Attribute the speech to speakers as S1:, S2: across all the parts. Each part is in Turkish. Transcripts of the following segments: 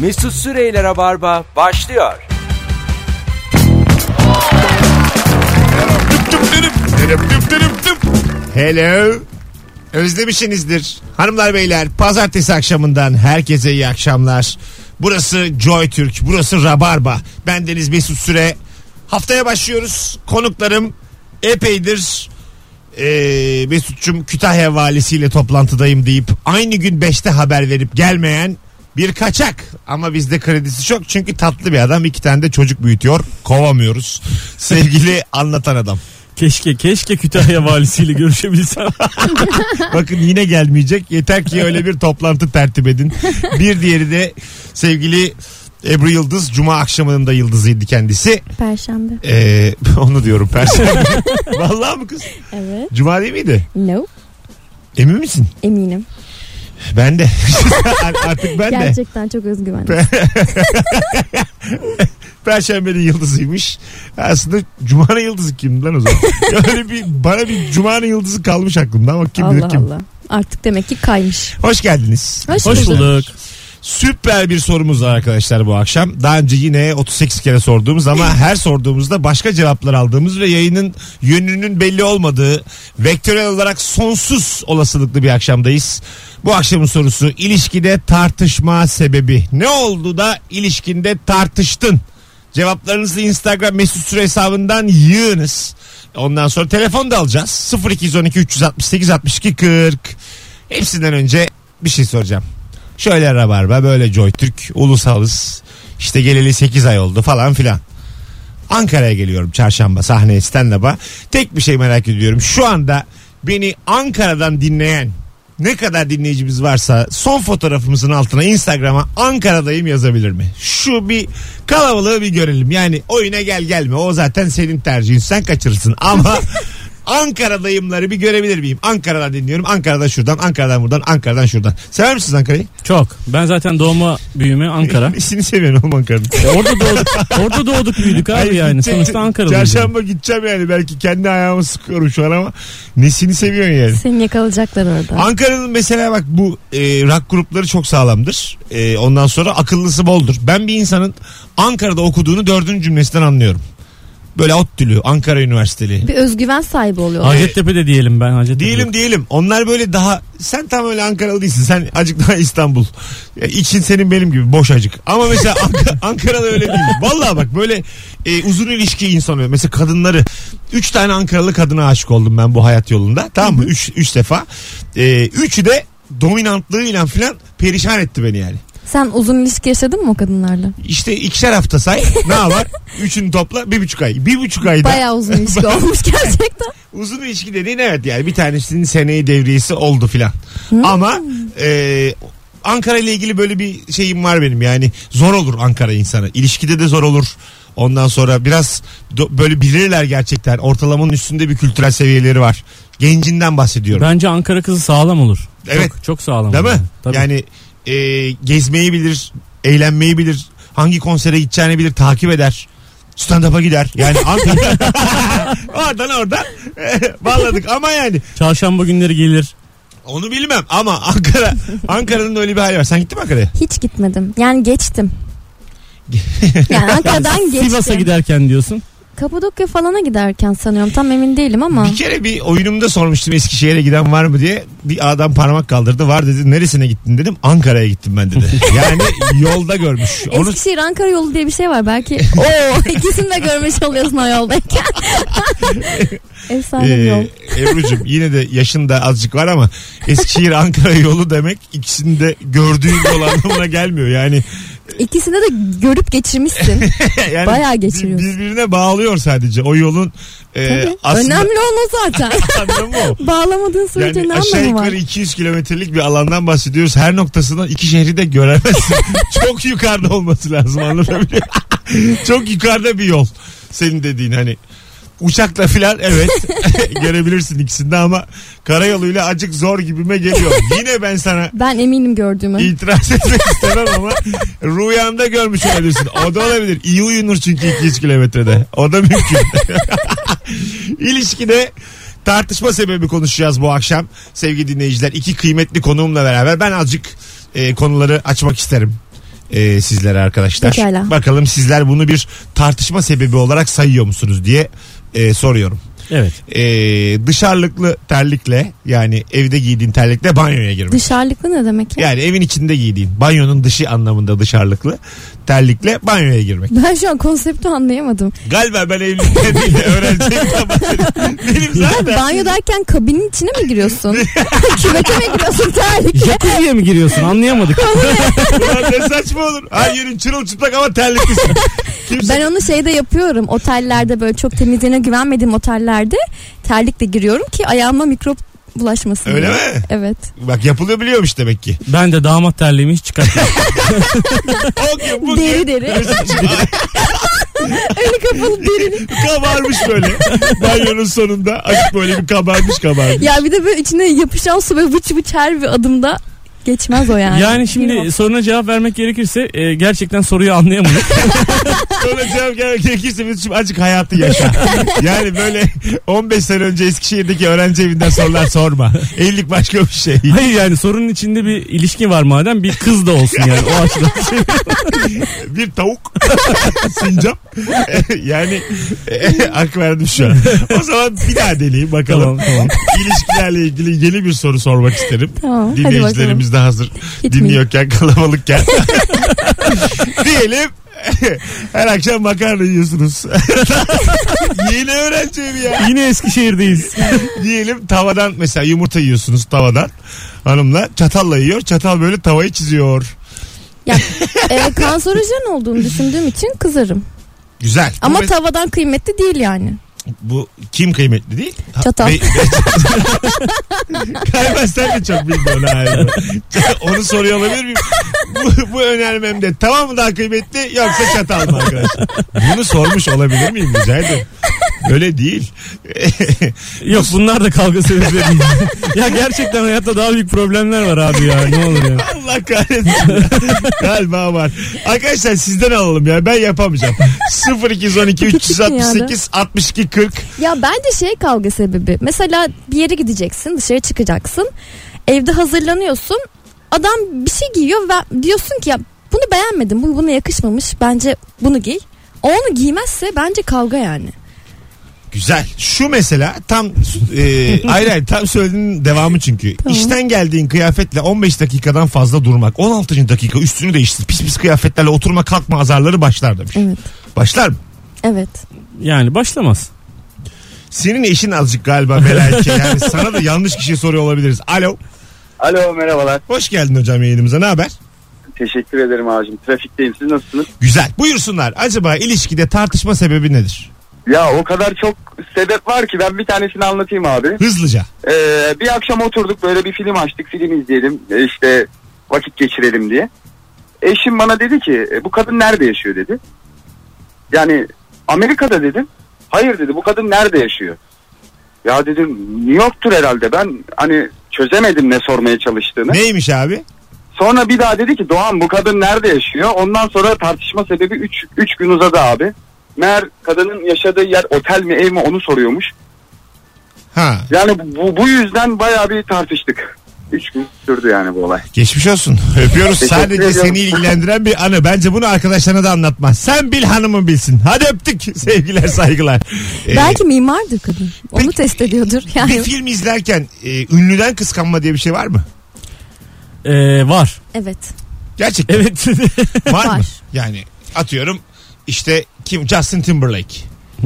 S1: Mesut Süreyler'e barba başlıyor.
S2: Hello. Özlemişsinizdir. Hanımlar beyler pazartesi akşamından herkese iyi akşamlar. Burası Joy Türk, burası Rabarba. Ben Deniz Mesut Süre. Haftaya başlıyoruz. Konuklarım epeydir eee Mesut'cum Kütahya valisiyle toplantıdayım deyip aynı gün 5'te haber verip gelmeyen bir kaçak. Ama bizde kredisi çok çünkü tatlı bir adam iki tane de çocuk büyütüyor. Kovamıyoruz. Sevgili anlatan adam.
S3: Keşke keşke Kütahya valisiyle görüşebilsem.
S2: Bakın yine gelmeyecek. Yeter ki öyle bir toplantı tertip edin. Bir diğeri de sevgili Ebru Yıldız. Cuma akşamının da yıldızıydı kendisi.
S4: Perşembe.
S2: Ee, onu diyorum perşembe. Vallahi mı kız?
S4: Evet.
S2: Cuma değil miydi?
S4: No.
S2: Emin misin?
S4: Eminim.
S2: Ben de. Artık ben de.
S4: Gerçekten çok özgüvenli.
S2: Perşembenin yıldızıymış. Aslında Cuma'nın yıldızı kimdi lan o zaman? Öyle bir, bana bir Cuma'nın yıldızı kalmış aklımda ama kim bilir
S4: Allah
S2: kim.
S4: Allah. Artık demek ki kaymış.
S2: Hoş geldiniz.
S4: Hoş,
S3: Hoş
S4: bulduk.
S3: bulduk.
S2: Süper bir sorumuz var arkadaşlar bu akşam. Daha önce yine 38 kere sorduğumuz ama her sorduğumuzda başka cevaplar aldığımız ve yayının yönünün belli olmadığı vektörel olarak sonsuz olasılıklı bir akşamdayız. Bu akşamın sorusu ilişkide tartışma sebebi. Ne oldu da ilişkinde tartıştın? Cevaplarınızı Instagram mesut süre hesabından yığınız. Ondan sonra telefon da alacağız. 0212 368 62 40. Hepsinden önce bir şey soracağım. Şöyle Rabarba böyle Joytürk ulusalız. İşte geleli 8 ay oldu falan filan. Ankara'ya geliyorum çarşamba sahneye stand Tek bir şey merak ediyorum. Şu anda beni Ankara'dan dinleyen ne kadar dinleyicimiz varsa son fotoğrafımızın altına Instagram'a Ankara'dayım yazabilir mi? Şu bir kalabalığı bir görelim. Yani oyuna gel gelme o zaten senin tercihin sen kaçırırsın ama Ankara'dayımları bir görebilir miyim? Ankara'dan dinliyorum. Ankara'da şuradan, Ankara'dan buradan, Ankara'dan şuradan. Sever misiniz Ankara'yı?
S3: Çok. Ben zaten doğma büyüme Ankara.
S2: İşini seviyorum oğlum Ankara'nın.
S3: E, orada doğduk. Orada doğduk büyüdük abi
S2: Hayır,
S3: yani.
S2: gideceğim.
S3: Sonuçta Ankara'lıyız.
S2: Çarşamba gideceğim yani belki kendi ayağımı sıkıyorum şu an ama nesini seviyorsun yani.
S4: Seni yakalayacaklar orada.
S2: Ankara'nın mesela bak bu e, rock grupları çok sağlamdır. E, ondan sonra akıllısı boldur. Ben bir insanın Ankara'da okuduğunu dördüncü cümlesinden anlıyorum. Böyle ODTÜ'lü, Ankara Üniversiteli.
S4: bir özgüven sahibi oluyorlar.
S3: Hacettepe'de diyelim ben Hacettepe'de.
S2: Değilim değilim. Onlar böyle daha sen tam öyle Ankaralı değilsin. Sen acık daha İstanbul. Ya, için senin benim gibi boş acık. Ama mesela Ank- Ankaralı öyle değil. Vallahi bak böyle e, uzun ilişki insanı mesela kadınları üç tane Ankaralı kadına aşık oldum ben bu hayat yolunda. Tamam mı? Üç, üç defa. E, üçü de dominantlığıyla filan perişan etti beni yani.
S4: Sen uzun ilişki yaşadın mı o kadınlarla?
S2: İşte ikişer hafta say. ne var? Üçünü topla bir buçuk ay. Bir buçuk ayda.
S4: Bayağı uzun ilişki olmuş gerçekten.
S2: Uzun ilişki dediğin evet yani bir tanesinin seneyi devriyesi oldu filan. Ama e, Ankara ile ilgili böyle bir şeyim var benim yani zor olur Ankara insana. İlişkide de zor olur. Ondan sonra biraz do- böyle bilirler gerçekten ortalamanın üstünde bir kültürel seviyeleri var. Gencinden bahsediyorum.
S3: Bence Ankara kızı sağlam olur.
S2: Evet.
S3: Çok, çok sağlam
S2: Değil
S3: olur.
S2: mi?
S3: Tabii.
S2: Yani e, gezmeyi bilir, eğlenmeyi bilir, hangi konsere gideceğini bilir, takip eder. Stand-up'a gider. Yani Ankara... oradan oradan e, bağladık ama yani
S3: Çarşamba günleri gelir.
S2: Onu bilmem ama Ankara Ankara'nın öyle bir hali var. Sen gittin mi Ankara'ya?
S4: Hiç gitmedim. Yani geçtim. yani Ankara'dan geçtim.
S3: Sivas'a giderken diyorsun.
S4: Kapadokya falana giderken sanıyorum. Tam emin değilim ama.
S2: Bir kere bir oyunumda sormuştum Eskişehir'e giden var mı diye. Bir adam parmak kaldırdı. Var dedi. Neresine gittin dedim. Ankara'ya gittim ben dedi. Yani yolda görmüş. Onu
S4: Eskişehir Ankara yolu diye bir şey var belki. Oo, ikisini de görmüş oluyorsun o yoldayken. Efsane bir yol.
S2: ee, Ebru'cum yine de yaşın da azıcık var ama Eskişehir Ankara yolu demek ikisini de gördüğün yol anlamına gelmiyor. Yani,
S4: İkisini de görüp geçirmişsin.
S2: yani
S4: Bayağı geçiriyorsun.
S2: bir- Birbirine bağlıyor sadece o yolun. e,
S4: Tabii.
S2: aslında-
S4: Önemli olan o zaten.
S2: Anladın mı o?
S4: Bağlamadığın sürece
S2: Yani
S4: ne
S2: aşağı
S4: anlamı
S2: yukarı
S4: var?
S2: 200 kilometrelik bir alandan bahsediyoruz. Her noktasından iki şehri de göremezsin. Çok yukarıda olması lazım anlatabiliyor muyum? Çok yukarıda bir yol. Senin dediğin hani uçakla filan evet görebilirsin ikisini de ama karayoluyla acık zor gibime geliyor. Yine ben sana
S4: Ben eminim gördüğümü.
S2: itiraz etmek istemem ama rüyanda görmüş olabilirsin. O da olabilir. İyi uyunur çünkü 200 kilometrede. O da mümkün. İlişkide tartışma sebebi konuşacağız bu akşam. Sevgili dinleyiciler iki kıymetli konuğumla beraber ben azıcık e, konuları açmak isterim. e, sizlere arkadaşlar.
S4: Pekala.
S2: Bakalım sizler bunu bir tartışma sebebi olarak sayıyor musunuz diye e, soruyorum.
S3: Evet.
S2: E, dışarılıklı terlikle yani evde giydiğin terlikle banyoya girmek.
S4: Dışarılıklı ne demek ya?
S2: Yani evin içinde giydiğin banyonun dışı anlamında dışarılıklı terlikle banyoya girmek.
S4: Ben şu an konsepti anlayamadım.
S2: Galiba ben evlilikte değil öğrenciyim ama benim zaten
S4: Banyo derken kabinin içine mi giriyorsun? Küvete mi giriyorsun terlikle?
S3: Jacuzzi'ye mi giriyorsun anlayamadık.
S2: Ulan ne saçma olur. Her yerin çırılçıplak ama terliklisin. Kimse...
S4: Ben onu şeyde yapıyorum. Otellerde böyle çok temizliğine güvenmediğim otellerde terlikle giriyorum ki ayağıma mikrop bulaşmasın.
S2: Öyle
S4: diye.
S2: mi?
S4: Evet.
S2: Bak yapılıyor biliyormuş demek ki.
S3: Ben de damat terliğimi hiç çıkartmadım.
S2: O gün bugün
S4: Deri deri. Önü kapalı derili.
S2: kabarmış böyle. Banyonun sonunda açık böyle bir kabarmış kabarmış.
S4: Ya bir de böyle içine yapışan su böyle vıç vıç her bir adımda geçmez o yani.
S3: yani
S4: Bilmem.
S3: şimdi soruna cevap vermek gerekirse e, gerçekten soruyu anlayamadım.
S2: Böyle cevap gelmek gerekirse biz şimdi azıcık hayatı yaşa. Yani böyle 15 sene önce Eskişehir'deki öğrenci evinden sorular sorma. Evlilik başka bir şey.
S3: Hayır yani sorunun içinde bir ilişki var madem bir kız da olsun yani o açıdan.
S2: Bir tavuk. Sincap. yani hak verdim şu an. O zaman bir daha deneyeyim bakalım.
S3: tamam tamam.
S2: İlişkilerle ilgili yeni bir soru sormak isterim.
S4: Tamam, hadi
S2: Dinleyicilerimiz de hazır
S4: Gitmeyin.
S2: dinliyorken kalabalıkken. Diyelim her akşam makarna yiyorsunuz. Yeni öğrenciyim ya.
S3: Yine Eskişehir'deyiz.
S2: Diyelim tavadan mesela yumurta yiyorsunuz tavadan. Hanımla çatalla yiyor. Çatal böyle tavayı çiziyor.
S4: Ya, e, kanserojen olduğunu düşündüğüm için kızarım.
S2: Güzel.
S4: Ama
S2: bu, mes-
S4: tavadan kıymetli değil yani.
S2: bu kim kıymetli değil? Ha,
S4: Çatal.
S2: be- be- Galiba sen de çok bilmiyorsun abi. Onu soruyor olabilir miyim? Bu, bu önermemde tamam mı daha kıymetli yoksa çatal mı arkadaşlar? Bunu sormuş olabilir miyim rica ederim. Öyle değil.
S3: Yok bunlar da kavga sebepleri değil. ya gerçekten hayatta daha büyük problemler var abi ya ne olur ya.
S2: Allah kahretsin. Galiba var. Arkadaşlar sizden alalım ya. Ben yapamayacağım. 0212 368 62 40.
S4: Ya bence şey kavga sebebi. Mesela bir yere gideceksin, dışarı çıkacaksın. Evde hazırlanıyorsun. Adam bir şey giyiyor ve diyorsun ki ya bunu beğenmedim. Bu buna yakışmamış. Bence bunu giy. O Onu giymezse bence kavga yani.
S2: Güzel. Şu mesela tam e, hayır hayır tam söylediğin devamı çünkü.
S4: Tamam.
S2: İşten geldiğin kıyafetle 15 dakikadan fazla durmak. 16. dakika üstünü değiştir. Pis pis kıyafetlerle oturma kalkma azarları başlar demiş.
S4: Evet.
S2: Başlar mı?
S4: Evet.
S3: Yani başlamaz.
S2: Senin eşin azıcık galiba belki. Yani sana da yanlış kişiye soruyor olabiliriz. Alo.
S5: Alo merhabalar.
S2: Hoş geldin hocam yayınımıza. Ne haber?
S5: Teşekkür ederim abicim. Trafikteyim. Siz nasılsınız?
S2: Güzel. Buyursunlar. Acaba ilişkide tartışma sebebi nedir?
S5: Ya o kadar çok sebep var ki ben bir tanesini anlatayım abi.
S2: Hızlıca.
S5: Ee, bir akşam oturduk böyle bir film açtık. Film izleyelim. e, işte vakit geçirelim diye. Eşim bana dedi ki "E, bu kadın nerede yaşıyor dedi. Yani Amerika'da dedim. Hayır dedi bu kadın nerede yaşıyor? Ya dedim New York'tur herhalde. Ben hani çözemedim ne sormaya çalıştığını.
S2: Neymiş abi?
S5: Sonra bir daha dedi ki Doğan bu kadın nerede yaşıyor? Ondan sonra tartışma sebebi 3 3 gün uzadı abi. Meğer kadının yaşadığı yer otel mi ev mi onu soruyormuş.
S2: Ha
S5: Yani bu, bu yüzden bayağı bir tartıştık. 3 gün sürdü yani bu olay.
S2: geçmiş olsun. Öpüyoruz.
S5: Teşekkür
S2: Sadece
S5: ediyorum.
S2: seni ilgilendiren bir anı. Bence bunu arkadaşlarına da anlatma. Sen bil hanımın bilsin. Hadi öptük. Sevgiler saygılar. Ee,
S4: Belki mimardır kadın. Onu
S2: peki-
S4: test ediyordur.
S2: Ee, bir
S4: Yani
S2: film izlerken e, ünlüden kıskanma diye bir şey var mı?
S3: Ee, var.
S4: evet.
S2: Gerçekten
S3: Evet.
S2: var, mı?
S4: Var.
S2: Yani atıyorum işte kim Justin Timberlake.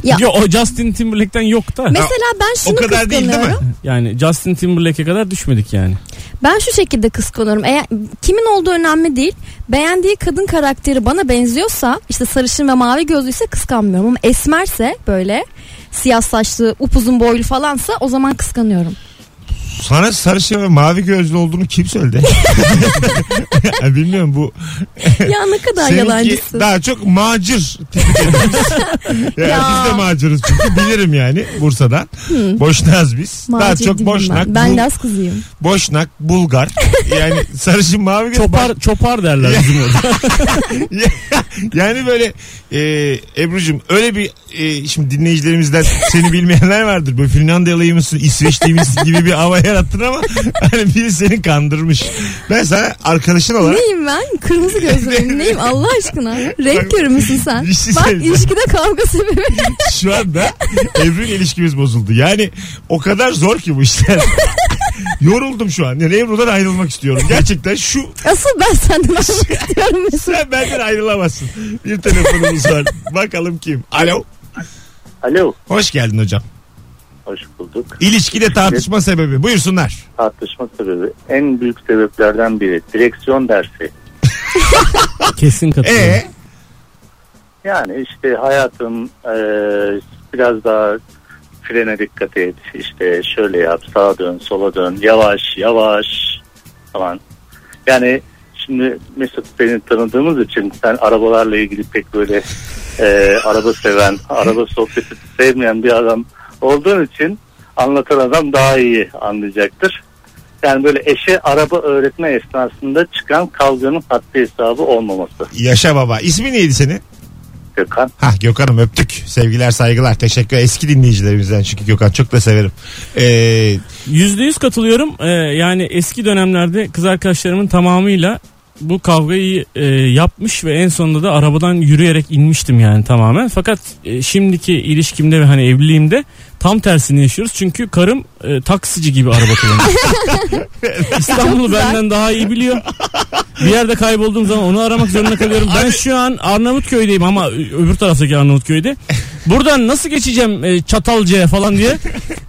S4: Ya.
S3: Yo, o Justin Timberlake'ten yok da.
S4: Mesela ben şunu
S2: o kadar değil değil mi?
S4: kıskanıyorum.
S3: Yani Justin Timberlake'e kadar düşmedik yani.
S4: Ben şu şekilde kıskanıyorum. Eğer kimin olduğu önemli değil. Beğendiği kadın karakteri bana benziyorsa, işte sarışın ve mavi gözlüyse kıskanmıyorum ama esmerse böyle siyah saçlı, upuzun boylu falansa o zaman kıskanıyorum.
S2: Sana sarışın ve mavi gözlü olduğunu kim söyledi? Bilmiyorum bu.
S4: ya ne kadar
S2: Seninki
S4: yalancısın.
S2: daha çok macir tipi dediğimiz. yani
S4: Ya.
S2: Biz de macırız çünkü bilirim yani Bursa'dan. Boşnağız biz. daha
S4: Macide
S2: çok
S4: değilim
S2: boşnak,
S4: Ben, ben
S2: bul-
S4: Laz kızıyım.
S2: boşnak, Bulgar. Yani sarışın mavi göz.
S3: Çopar çopar derler bizim orada.
S2: yani böyle e, Ebru'cum öyle bir e, şimdi dinleyicilerimizden seni bilmeyenler vardır. Böyle Finlandiyalıyı mısın, İsveçli misin gibi bir havaya yarattın ama hani biri seni kandırmış. Ben sana arkadaşın olarak
S4: Neyim ben? Kırmızı gözlü müyüm? Neyim Allah aşkına? Renk körü müsün sen?
S2: Bir şey
S4: Bak
S2: söyleyeceğim.
S4: ilişkide kavga sebebi.
S2: şu anda Ebru'yla ilişkimiz bozuldu. Yani o kadar zor ki bu işler. Yoruldum şu an. Yani Ebru'dan ayrılmak istiyorum. Gerçekten şu
S4: Asıl ben senden almak istiyorum Mesut.
S2: sen benden ayrılamazsın. Bir telefonumuz var. Bakalım kim? Alo.
S6: Alo.
S2: Hoş geldin hocam.
S6: Hoş bulduk.
S2: İlişkide tartışma sebebi. Buyursunlar.
S6: Tartışma sebebi en büyük sebeplerden biri direksiyon dersi.
S3: Kesin katılıyorum.
S2: E
S6: Yani işte hayatım eee, biraz daha frene dikkat et. İşte şöyle yap sağa dön sola dön yavaş yavaş falan. Yani şimdi Mesut beni tanıdığımız için sen arabalarla ilgili pek böyle eee, araba seven, araba sohbeti sevmeyen bir adam olduğun için anlatan adam daha iyi anlayacaktır. Yani böyle eşe araba öğretme esnasında çıkan kavganın haddi hesabı olmaması.
S2: yaşa baba. İsmi neydi senin?
S6: Gökhan.
S2: Ha Gökhan'ım öptük. Sevgiler saygılar. Teşekkür eski dinleyicilerimizden çünkü Gökhan çok da severim. Ee,
S3: Yüzde yüz katılıyorum. Ee, yani eski dönemlerde kız arkadaşlarımın tamamıyla bu kavgayı e, yapmış ve en sonunda da arabadan yürüyerek inmiştim yani tamamen. Fakat e, şimdiki ilişkimde ve hani evliliğimde tam tersini yaşıyoruz. Çünkü karım e, taksici gibi araba kullanıyor. İstanbul'u
S4: güzel.
S3: benden daha iyi biliyor. Bir yerde kaybolduğum zaman onu aramak zorunda kalıyorum. Ben şu an Arnavutköy'deyim ama ö- öbür taraftaki Arnavutköy'de. Buradan nasıl geçeceğim e, Çatalca'ya falan diye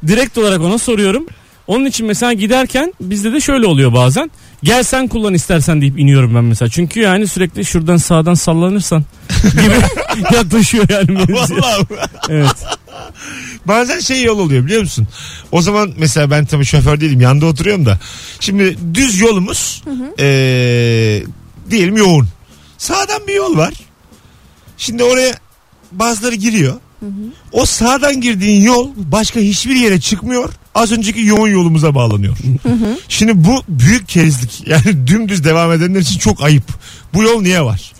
S3: direkt olarak ona soruyorum. Onun için mesela giderken bizde de şöyle oluyor bazen. Gel sen kullan istersen deyip iniyorum ben mesela. Çünkü yani sürekli şuradan sağdan sallanırsan gibi yaklaşıyor yani mevzuya.
S2: vallahi
S3: Evet.
S2: bazen şey yol oluyor biliyor musun? O zaman mesela ben tabii şoför değilim yanda oturuyorum da. Şimdi düz yolumuz ee, diyelim yoğun. Sağdan bir yol var. Şimdi oraya bazıları giriyor. O sağdan girdiğin yol başka hiçbir yere çıkmıyor. Az önceki yoğun yolumuza bağlanıyor. Şimdi bu büyük kerizlik. Yani dümdüz devam edenler için çok ayıp. Bu yol niye var?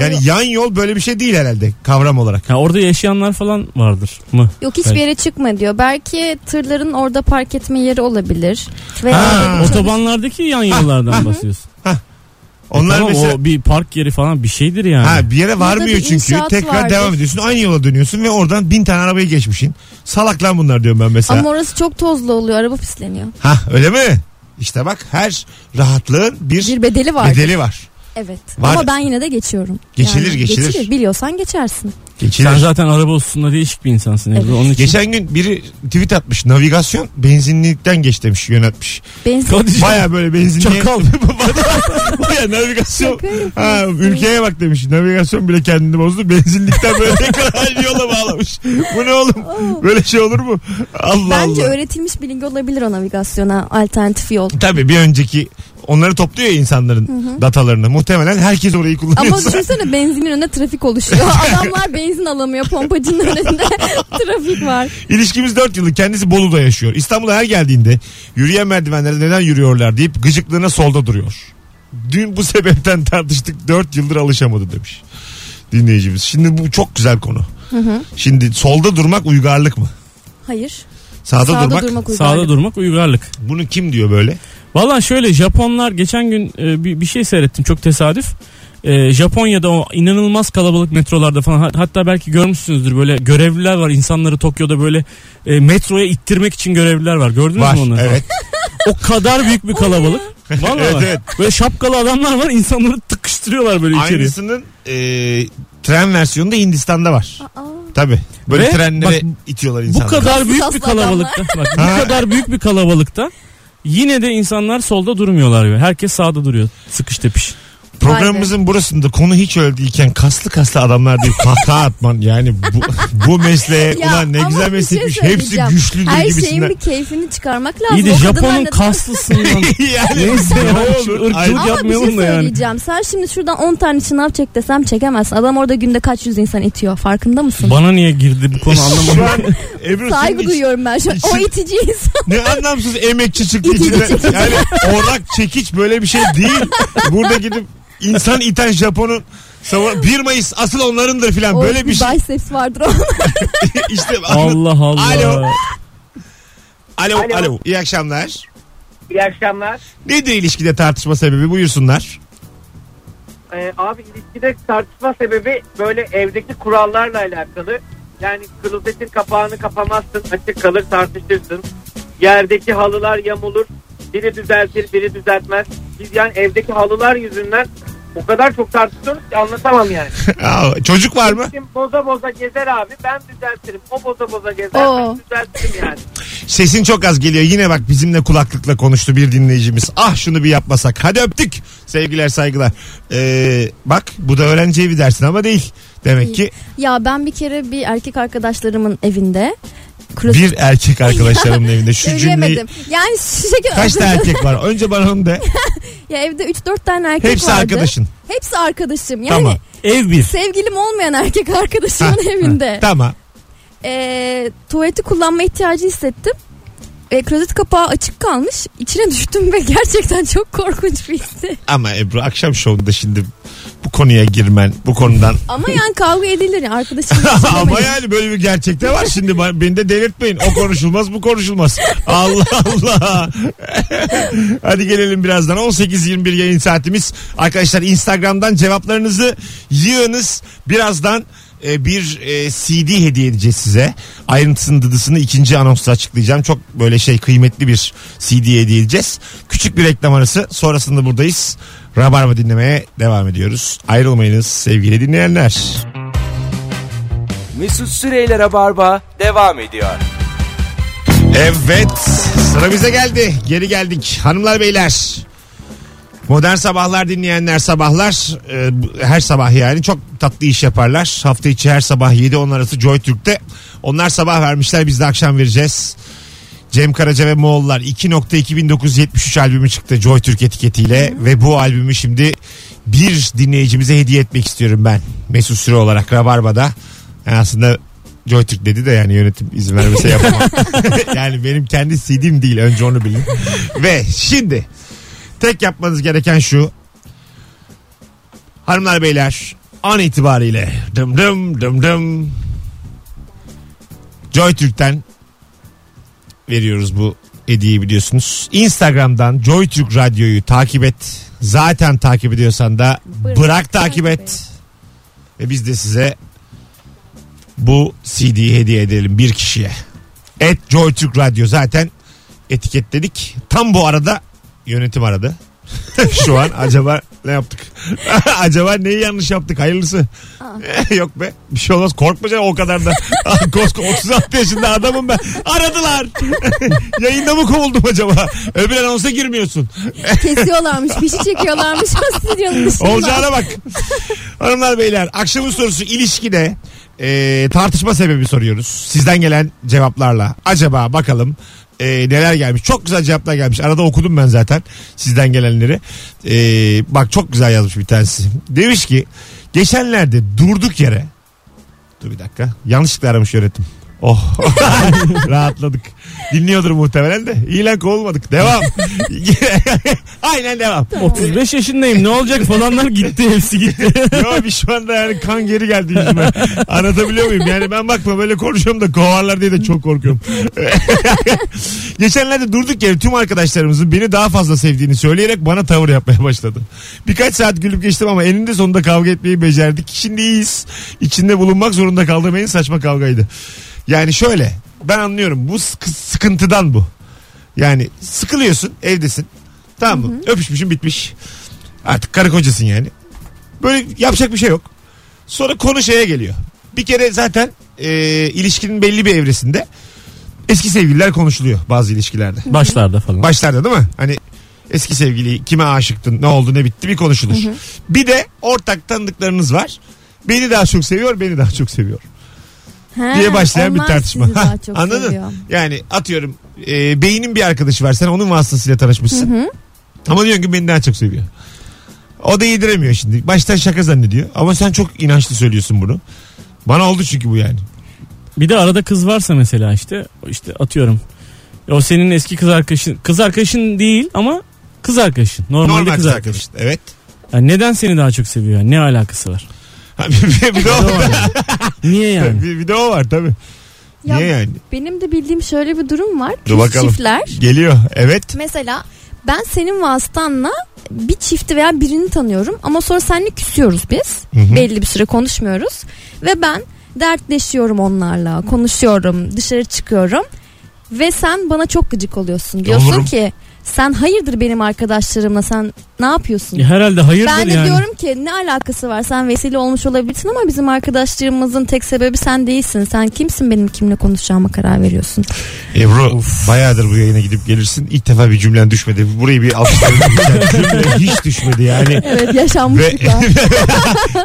S2: Yani yan yol böyle bir şey değil herhalde kavram olarak.
S3: Ha, orada yaşayanlar falan vardır mı?
S4: Yok hiçbir yere çıkma diyor. Belki tırların orada park etme yeri olabilir. Veya
S2: Ha,
S4: otobüs-
S3: Otobanlardaki yan yollardan bahsediyorsun.
S2: Onlar
S3: E tamam,
S2: mesela
S3: o bir park yeri falan bir şeydir yani.
S2: Ha bir yere varmıyor
S4: bir
S2: çünkü.
S4: inşaat
S2: Tekrar
S4: vardır.
S2: devam ediyorsun. Aynı yola dönüyorsun ve oradan bin tane arabayı geçmişin. Salak lan bunlar diyorum ben mesela.
S4: Ama orası çok tozlu oluyor. Araba pisleniyor.
S2: Ha öyle mi? İşte bak her rahatlığın bir,
S4: Bir bedeli var.
S2: bedeli var.
S4: Evet.
S2: Var.
S4: Ama ben yine de geçiyorum.
S2: Geçilir, geçilir.
S4: Biliyorsan geçersin.
S2: Geçilir.
S3: Sen zaten araba hususunda değişik bir insansın Ebru.
S4: Evet.
S3: Onun için
S2: Geçen gün biri tweet atmış. Navigasyon benzinlikten geç demiş yönetmiş.
S4: Benzin
S3: Kardeşim,
S2: Baya böyle benzinliğe.
S3: Çakal.
S2: Baya navigasyon. Ha, ülkeye bak demiş. Navigasyon bile kendini bozdu. Benzinlikten böyle tekrar yola bağlamış. Bu ne oğlum? Böyle şey olur mu? Allah
S4: Bence
S2: Allah.
S4: öğretilmiş bilgi olabilir o navigasyona alternatif yol.
S2: Tabii bir önceki onları topluyor ya insanların datalarını. Muhtemelen herkes orayı
S4: Ama
S2: kullanıyorsa.
S4: düşünsene benzinin önüne trafik oluşuyor. Adamlar benzin alamıyor. Pompacının önünde trafik var.
S2: İlişkimiz 4 yıllık kendisi Bolu'da yaşıyor. İstanbul'a her geldiğinde yürüyen merdivenlerde neden yürüyorlar deyip gıcıklığına solda duruyor. Dün bu sebepten tartıştık 4 yıldır alışamadı demiş dinleyicimiz. Şimdi bu çok güzel konu. Şimdi solda durmak uygarlık mı?
S4: Hayır.
S2: Sağda,
S4: Sağda
S2: durmak.
S4: durmak
S3: sağda
S4: uygarlık.
S3: durmak uygarlık.
S2: Bunu kim diyor böyle?
S3: Valla şöyle Japonlar geçen gün e, bir, bir şey seyrettim çok tesadüf. E, Japonya'da o inanılmaz kalabalık metrolarda falan hat- hatta belki görmüşsünüzdür böyle görevliler var insanları Tokyo'da böyle e, metroya ittirmek için görevliler var gördünüz
S2: Var.
S3: mü onları?
S2: Evet.
S3: O kadar büyük bir kalabalık. Valla
S2: Evet,
S3: var.
S2: evet.
S3: Böyle şapkalı adamlar var insanları tıkıştırıyorlar böyle içeriye.
S2: Aynısının e, tren versiyonu da Hindistan'da var.
S4: Aa,
S2: Tabii. Böyle
S3: Ve
S2: trenlere
S3: bak,
S2: itiyorlar
S3: Bu
S2: insanları.
S3: kadar büyük bir
S4: Saslı
S3: kalabalıkta bak,
S2: Ha.
S3: bu kadar büyük bir kalabalıkta yine de insanlar solda durmuyorlar ya. Herkes sağda duruyor. Sıkış tepiş.
S2: Programımızın burasında konu hiç öyle değilken kaslı kaslı adamlar deyip kahkaha atman yani bu, bu mesleğe
S4: Ya
S2: ulan ne
S4: ama
S2: güzel
S4: bir
S2: meslekmiş
S4: şey
S2: hepsi
S4: söyleyeceğim.
S2: güçlüdür
S4: Her şeyin
S2: gibisinden.
S4: bir keyfini çıkarmak lazım.
S3: İyi de
S4: O kadınlar
S3: Japon'un
S4: neden-
S3: kaslısından.
S2: yani
S3: Neyse
S2: ne
S3: ya,
S2: olur.
S3: şu ırkçılık
S2: Ay,
S3: yap-
S4: Ama bir
S3: yapmayalım
S4: şey
S3: da yani.
S4: söyleyeceğim. Sen şimdi şuradan 10 tane çınav çek desem çekemezsin. Adam orada günde kaç yüz insan itiyor. Farkında mısın?
S3: Bana niye girdi bu konu
S2: Şu
S3: anlamadım.
S2: an Ebru senin
S4: Saygı
S2: iç-
S4: duyuyorum ben şu an. O
S2: İçin-
S4: itici insan.
S2: Ne anlamsız emekçi çıktı
S4: İtici
S2: içinden.
S4: çekici.
S2: Yani orak çekiç böyle bir şey değil. Burada gidip insan iten Japon'un savun- 1 Mayıs asıl onlarındır filan
S4: O
S2: böyle bir şey
S4: biceps vardır o.
S2: işte.
S3: Allah Allah.
S2: Alo. Alo,
S5: Alo.
S2: alo. İyi akşamlar.
S7: İyi akşamlar.
S2: Nedir ilişkide tartışma sebebi buyursunlar.
S7: Ee, abi ilişkide tartışma sebebi böyle evdeki kurallarla alakalı. Yani klozetin kapağını kapamazsın, açık kalır tartışırsın. Yerdeki halılar yamulur. Biri düzeltir, biri düzeltmez. Biz yani evdeki halılar yüzünden o kadar çok tartışıyoruz ki anlatamam yani.
S2: Aa, Çocuk var mı?
S7: Kim boza boza gezer abi ben düzeltirim. O boza boza gezer
S4: Oo.
S7: ben düzeltirim yani.
S2: Sesin çok az geliyor. Yine bak bizimle kulaklıkla konuştu bir dinleyicimiz. Ah şunu bir yapmasak. Hadi öptük. Sevgiler saygılar. Ee, bak bu da öğrenci evi dersin ama değil. Demek ki
S4: Ya ben bir kere bir erkek arkadaşlarımın evinde klozet-
S2: bir erkek arkadaşlarımın evinde şu cümleyi...
S4: Söyleyemedim. Yani şu şekilde
S2: Kaç tane erkek var? Önce bana onu de.
S4: ya evde 3-4 tane erkek
S2: Hepsi
S4: vardı.
S2: arkadaşın.
S4: Hepsi arkadaşım. Yani
S2: Tamam.
S3: Ev bir.
S4: sevgilim olmayan erkek arkadaşımın
S2: Ha,
S4: evinde.
S2: Tamam.
S4: Ee, tuvaleti kullanma ihtiyacı hissettim. E, klozet kapağı açık kalmış. İçine düştüm ve gerçekten çok korkunç bir histi.
S2: Ama Ebru akşam şovunda şimdi bu konuya girmen, bu konudan
S4: Ama yani kavga edilir. ya, Arkadaşımla
S2: Ama
S4: düşünemedim.
S2: yani böyle bir gerçekte var şimdi. Ba- Beni de delirtmeyin. O konuşulmaz bu konuşulmaz. Allah Allah. Hadi gelelim birazdan. 18.21 yayın saatimiz. Arkadaşlar Instagram'dan cevaplarınızı yığınız. Birazdan e, bir e, CD hediye edeceğiz size. Ayrıntısını dıdısını ikinci anonsta açıklayacağım. Çok böyle şey kıymetli bir CD hediye edeceğiz. Küçük bir reklam arası. Sonrasında buradayız. Rabarba dinlemeye devam ediyoruz. Ayrılmayınız sevgili dinleyenler.
S1: Mesut Süreyler'e barba devam ediyor.
S2: Evet sıra bize geldi. Geri geldik. Hanımlar beyler. Modern sabahlar dinleyenler sabahlar e, bu- her sabah yani çok tatlı iş yaparlar. Hafta içi her sabah 7-10 arası Joy Türk'te. Onlar sabah vermişler biz de akşam vereceğiz. Cem Karaca ve Moğollar 2.2973 albümü çıktı Joy Türk etiketiyle ve bu albümü şimdi bir dinleyicimize hediye etmek istiyorum ben. Mesut Süre olarak Rabarba'da. Yani aslında Joy Türk dedi de yani yönetim izin vermese yapamam. yani benim kendi CD'm değil önce onu bilin. ve şimdi Tek yapmanız gereken şu. Hanımlar beyler an itibariyle dım dım dım dım Joy Türk'ten veriyoruz bu hediyeyi biliyorsunuz. Instagram'dan Joy Türk Radyo'yu takip et. Zaten takip ediyorsan da bırak, takip
S4: Bırak takip
S2: et.
S4: et.
S2: Ve biz de size bu CD'yi hediye edelim bir kişiye. Et Joy Türk Radyo zaten etiketledik. Tam bu arada yönetim aradı. Şu an acaba ne yaptık? acaba neyi yanlış yaptık? Hayırlısı. Yok be. Bir şey olmaz. Korkma canım o kadar da. Kosko 36 yaşında adamım ben. Aradılar. Yayında mı kovuldum acaba? Öbür anonsa girmiyorsun.
S4: Kesiyorlarmış. Fişi çekiyorlarmış. Stüdyonun dışında.
S2: Olacağına bak. Hanımlar beyler akşamın sorusu ilişkide e, tartışma sebebi soruyoruz. Sizden gelen cevaplarla. Acaba bakalım e, neler gelmiş. Çok güzel cevaplar gelmiş. Arada okudum ben zaten sizden gelenleri. E, bak çok güzel yazmış bir tanesi. Demiş ki geçenlerde durduk yere. Dur bir dakika. Yanlışlıkla aramış yönetim. Oh rahatladık. Dinliyordur muhtemelen de. İyi lan kovulmadık. Devam. Aynen devam.
S3: 35 yaşındayım ne olacak falanlar gitti hepsi gitti.
S2: Yo bir şu anda yani kan geri geldi yüzüme. Anlatabiliyor muyum? Yani ben bakma böyle konuşuyorum da kovarlar diye de çok korkuyorum. Geçenlerde durduk yere tüm arkadaşlarımızın beni daha fazla sevdiğini söyleyerek bana tavır yapmaya başladı. Birkaç saat gülüp geçtim ama eninde sonunda kavga etmeyi becerdik. Şimdi iyiyiz. İçinde bulunmak zorunda kaldığım en saçma kavgaydı. Yani şöyle ben anlıyorum bu sıkı- sıkıntıdan bu. Yani sıkılıyorsun evdesin. Tamam mı? Öpüşmüşsün bitmiş. Artık karı kocasın yani. Böyle yapacak bir şey yok. Sonra konu şeye geliyor. Bir kere zaten e, ilişkinin belli bir evresinde eski sevgililer konuşuluyor bazı ilişkilerde.
S3: Başlarda falan.
S2: Başlarda değil mi? Hani eski sevgili kime aşıktın ne oldu ne bitti bir konuşulur. Bir de ortak tanıdıklarınız var. Beni daha çok seviyor beni daha çok seviyor
S4: He,
S2: diye başlayan bir
S4: onlar
S2: tartışma.
S4: sizi daha çok
S2: Anladın?
S4: seviyor.
S2: Yani atıyorum e, beynin bir arkadaşı var sen onun vasıtasıyla tanışmışsın. Ama diyorsun ki beni daha çok seviyor. O da yediremiyor şimdi. Baştan şaka zannediyor. Ama sen çok inançlı söylüyorsun bunu. Bana oldu çünkü bu yani.
S3: Bir de arada kız varsa mesela işte işte atıyorum. O senin eski kız arkadaşın kız arkadaşın değil ama kız arkadaşın. Normalde
S2: Normal
S3: kız
S2: kız
S3: arkadaşın.
S2: arkadaş. Evet.
S3: Yani neden seni daha çok seviyor? yani? Ne alakası var?
S2: bir, bir de o var.
S3: Niye yani?
S2: Bir, bir de o var tabii.
S4: Ya
S2: Niye yani?
S4: Benim de bildiğim şöyle bir durum var.
S2: Dur bakalım.
S4: Çiftler
S2: Geliyor. Evet.
S4: mesela Ben senin vasıtanla bir çifti veya birini tanıyorum ama sonra seninle küsüyoruz biz. Belli bir süre konuşmuyoruz ve ben dertleşiyorum onlarla, konuşuyorum, dışarı çıkıyorum ve sen bana çok gıcık oluyorsun. Diyorsun
S2: Olurum.
S4: ki sen hayırdır benim arkadaşlarımla sen ne yapıyorsun?
S3: Ya Herhalde hayırdır
S4: ben de
S3: yani.
S4: diyorum ki ne alakası var sen vesile olmuş olabilirsin ama bizim arkadaşlarımızın tek sebebi sen değilsin. Sen kimsin benim kimle konuşacağıma karar veriyorsun.
S2: Ebru bayağıdır bu yayına gidip gelirsin. İlk defa bir cümlen düşmedi. Burayı bir alkışlayalım. Cümle hiç düşmedi yani.
S4: Evet
S2: Ve
S4: yaşanmışlıklar.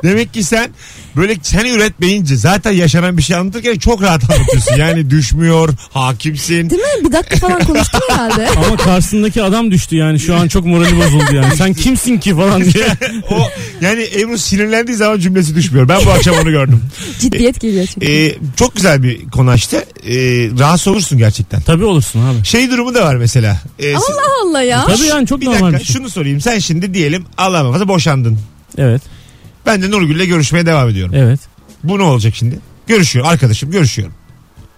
S2: demek ki sen böyle seni üretmeyince zaten yaşanan bir şey anlatırken çok rahat anlatıyorsun. Yani düşmüyor, hakimsin.
S4: Değil mi? Bir dakika falan konuştum herhalde.
S3: Ama karşısındaki adam düştü yani şu an çok morali bozuldu yani. Sen kimsin ki falan diye.
S2: o yani Ebru sinirlendiği zaman cümlesi düşmüyor. Ben bu akşam onu gördüm.
S4: Ciddiyet geliyor çünkü.
S2: Ee, çok güzel bir konu açtı. Ee, rahatsız olursun gerçekten.
S3: Tabii olursun abi.
S2: Şey durumu da var mesela. Ee,
S4: Allah Allah ya.
S3: Tabii yani çok
S2: bir
S3: normal
S2: dakika
S3: bir şey.
S2: şunu sorayım. Sen şimdi diyelim Allah muhafaza boşandın.
S3: Evet.
S2: Ben de Nurgül'le görüşmeye devam ediyorum.
S3: Evet.
S2: Bu ne olacak şimdi? Görüşüyor arkadaşım görüşüyorum.